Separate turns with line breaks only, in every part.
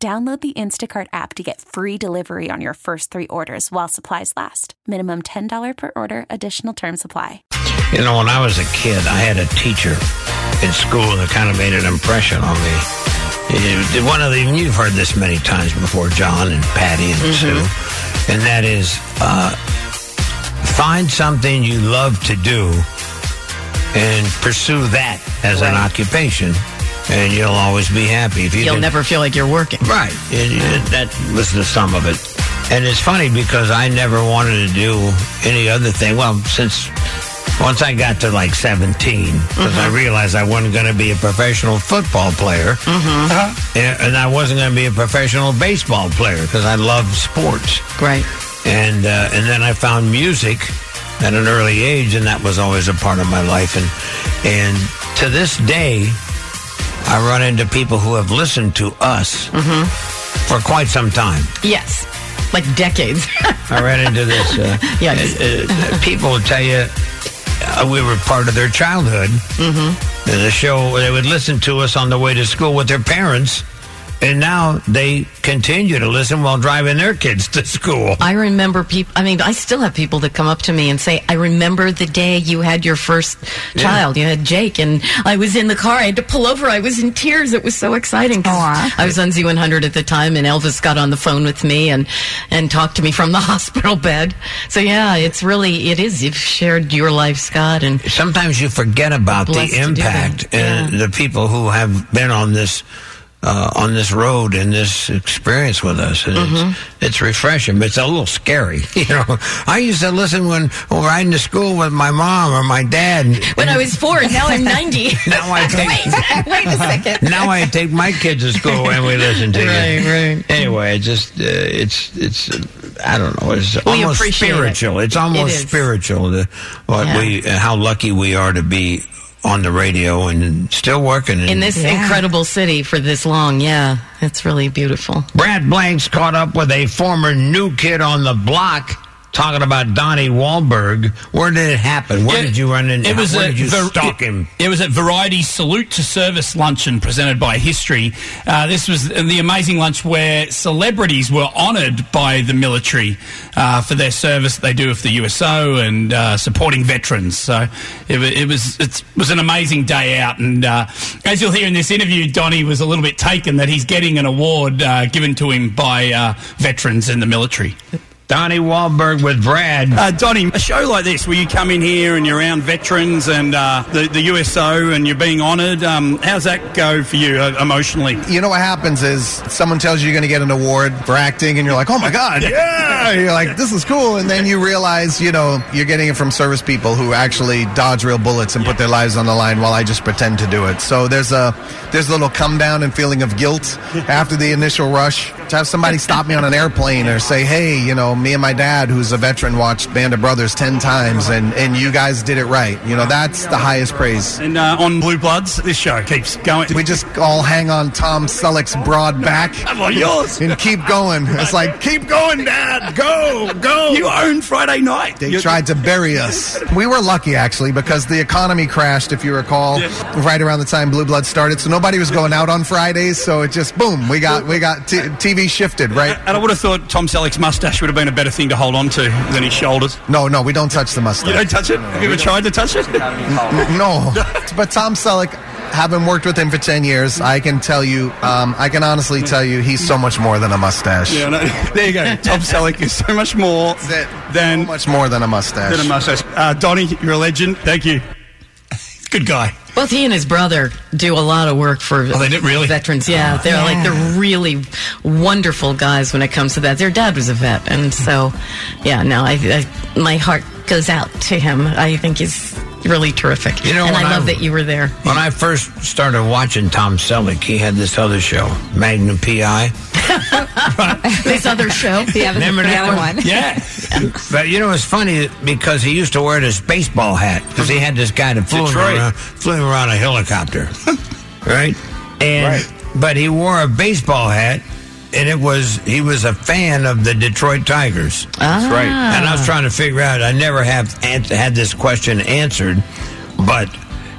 Download the Instacart app to get free delivery on your first three orders while supplies last. Minimum $10 per order, additional term supply.
You know, when I was a kid, I had a teacher in school that kind of made an impression on me. It- it- one of the, you've heard this many times before, John and Patty and Sue, and that is uh, find something you love to do and pursue that as an occupation, and you'll always be happy. If you
You'll
can-
never feel like you're working.
Right. It- it- that was the sum of it. And it's funny because I never wanted to do any other thing. Well, since once I got to like 17, because I realized I wasn't going to be a professional football player. And, and I wasn't going to be a professional baseball player because I love sports.
Right.
And, uh, and then I found music at an early age, and that was always a part of my life. And, and to this day, I run into people who have listened to us for quite some time.
Yes. Like decades.
I ran into this. Uh,
Yikes.
uh, uh, people would tell you uh, we were part of their childhood. Mm-hmm. The show, they would listen to us on the way to school with their parents, and now they continue to listen while driving their kids to school.
I remember people. I mean, I still have people that come up to me and say, "I remember the day you had your first child. You had Jake, and I was in the car. I had to pull over. I was in tears. It was so exciting. 'cause
Aw.
I was on Z100 at the time, and Elvis got on the phone with me and and talked to me from the hospital bed. So yeah, it's really it is. You've shared your life, Scott, and
sometimes you forget about the
Blessed to do
impact
that,
and
yeah.
the people who have been on this uh, on this road and this experience with us. And
Mm-hmm.
it's, it's refreshing, but it's a little scary. You know, I used to listen when riding to school with my mom or my dad. and-
when I was four, and now I'm 90.
now I take
Wait a second.
now I take my kids to school and we listen to
Right,
you.
right.
Anyway, it's just uh, it's it's uh, I don't know. It's
We
almost
appreciate it.
spiritual. It's
It
almost
is.
spiritual. The, what
Yeah.
we uh, how lucky we are to be on the radio and still working. And
In this
Yeah.
incredible city for this long, yeah, it's really beautiful.
Brad Blanks caught up with a former new kid on the block. Talking about Donnie Wahlberg, where did it happen? Where
Yeah,
did you run into? where
at
did you
Var-
stalk
it-
him?
It was at Variety Salute to Service luncheon presented by History. Uh, this was the amazing lunch where celebrities were honoured by the military uh, for their service that they do with the USO and uh, supporting veterans. So it, wa- it was it was an amazing day out. And uh, as you'll hear in this interview, Donnie was a little bit taken that he's getting an award uh, given to him by uh, veterans in the military.
Donnie Wahlberg with Brad.
Uh, Donnie, a show like this where you come in here and you're around veterans and uh, the, the USO and you're being honoured, um, how's that go for you uh, emotionally?
You know what happens is someone tells you you're going to get an award for acting, and you're like, oh my God, yeah! You're like, this is cool. And then you realize, you know, you're getting it from service people who actually dodge real bullets and put their lives on the line while I just pretend to do it. So there's a there's a little come down and feeling of guilt after the initial rush. To have somebody stop me on an airplane or say, hey, you know, me and my dad, who's a veteran, watched Band of Brothers 10 times, and, and you guys did it right. You know, that's the highest praise.
And uh, on Blue Bloods, this show keeps going.
We just all hang on Tom Selleck's broad back
Well, yours.
and keep going. It's like, keep
going, Dad. Go, go. You own Friday night.
they
You're-
tried to bury us. We were lucky, actually, because the economy crashed, if you recall,
Yes.
right around the time Blue Blood started. So nobody was going out on Fridays. So it just, boom, we got we got t- TV shifted, right?
And I would have thought Tom Selleck's mustache would have been a better thing to hold on to than his shoulders.
No, no, we don't touch the
You
mustache.
don't touch it? Have you ever tried to touch it?
No, but Tom Selleck, having worked with him for ten years, I can tell you, um, I can honestly tell you, he's so much more than a mustache.
Yeah, no. There you go. Tom Selleck is so much more
That-
than,
so much more than a mustache.
than a mustache. Uh, Donnie, you're a legend. Thank you.
Good guy.
Both he and his brother do a lot of work for
Oh, they did really?
veterans. Yeah, they're like they're really wonderful guys when it comes to that. Their dad was a vet, and so yeah, no, I, I my heart goes out to him. I think he's really terrific.
You know,
and
when
I love
I-
that you were there.
When I first started watching Tom Selleck, he had this other show, Magnum PI.
this other show.
The other,
Remember
the
that
other one.
Yeah.
But you know, it's funny because he used to wear this baseball hat because he had this guy that flew him,
Detroit.
around, flew him around a helicopter, right? And
Right.
but he wore a baseball hat, and it was he was a fan of the Detroit Tigers.
That's right.
And I was trying to figure out. I never have an- had this question answered, but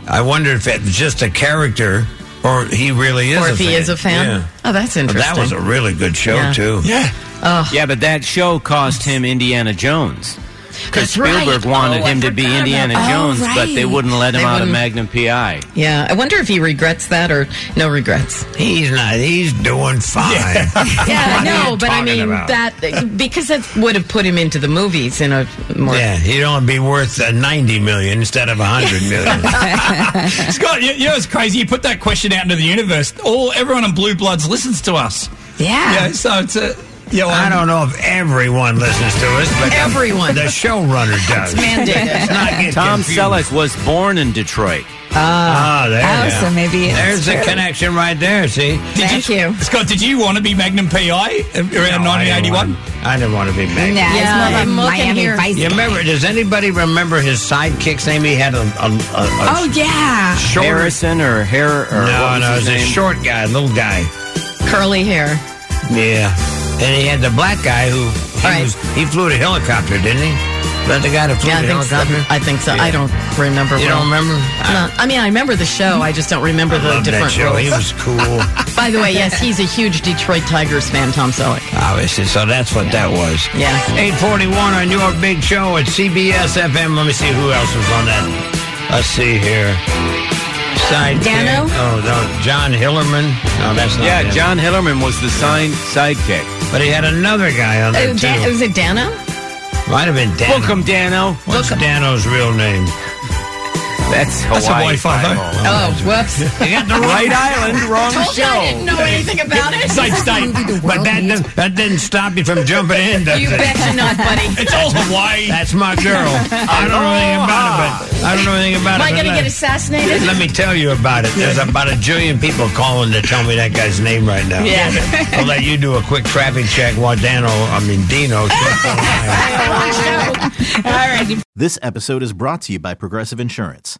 I wonder if it's just a character or he really is.
or
a
if he
fan.
is a fan.
Yeah.
Oh, that's
But
interesting.
that was a really good show
Yeah.
too.
Yeah.
Yeah, but that show cost him Indiana Jones. Because
That's right.
Spielberg wanted
Oh, I
him to be
forgot about-
Indiana
Oh,
Jones, but they
right.
wouldn't let him
They
out of
wouldn't.
Magnum PI.
yeah, I wonder if he regrets that or no regrets.
He's not. He's doing fine.
Yeah,
What are
no,
you
but I
talking
mean
about?
that because that would have put him into the movies in a more.
Yeah, he'd only be worth uh, ninety million instead of a hundred million.
Scott, you, you know it's crazy. You put that question out into the universe. All everyone in Blue Bloods listens to us.
Yeah.
Yeah, so it's a yeah. well,
I don't know if everyone listens to us, but the-
Everyone.
the showrunner does.
mandated.
Let's not get
Tom
confused.
Selleck was born in Detroit.
Ah, there.
Oh,
you go.
so maybe it's
there's a
true.
connection right there. See,
did
Thank you.
Scott. Did you want to be Magnum PI around
No, I didn't
1981?
want- I didn't want to be
Nah,
Magnum.
Yeah,
it's
I'm
more
looking
like Miami
here.
Vice.
You remember? Does anybody remember his sidekick's name? He had a, a, a, a
Oh yeah.
short.
Harrison or Hare or
no,
what was
no, it
his
was a
name?
short guy, little guy.
Curly hair.
Yeah. And he had the black guy who he,
Right.
was, he flew the helicopter, didn't he? That the guy that flew
Yeah, I
the
think so.
helicopter?
I think so.
Yeah.
I don't remember.
You
well.
don't remember?
No, I mean, I remember the show. I just don't remember the
Love that
different
show. He
roles.
was cool.
By the way, yes, he's a huge Detroit Tigers fan, Tom Selleck.
Obviously, so that's what that was.
Yeah.
841 on your big show at CBS FM. Let me see who else was on that. Let's see here. Side
Dano?
Oh, no. John Hillerman. No, that's not
Yeah,
him.
John Hillerman was the sign sidekick.
But he had another guy on there,
Oh, Dan-
too.
was it Dano?
Might have been Dano.
Welcome, Dano.
What's Dano's real name?
That's
Hawaii
Hawaii.
Five-O.
Five-O.
Oh, whoops.
You got the right
Right Island, wrong
Told you I didn't
show.
know anything about it.
Same state.
But that, didn't- that didn't stop you from jumping in. does
You
it?
betcha not, buddy.
It's all Hawaii.
That's my girl. I don't know anything about it, but I don't know anything about
Am
it.
I
but
going to
let-
get assassinated?
Let me tell you about it. There's about a jillion people calling to tell me that guy's name right now.
Yeah.
I'll let you do a quick traffic check while Dano, I mean Dino, checks the line.
This episode is brought to you by Progressive Insurance.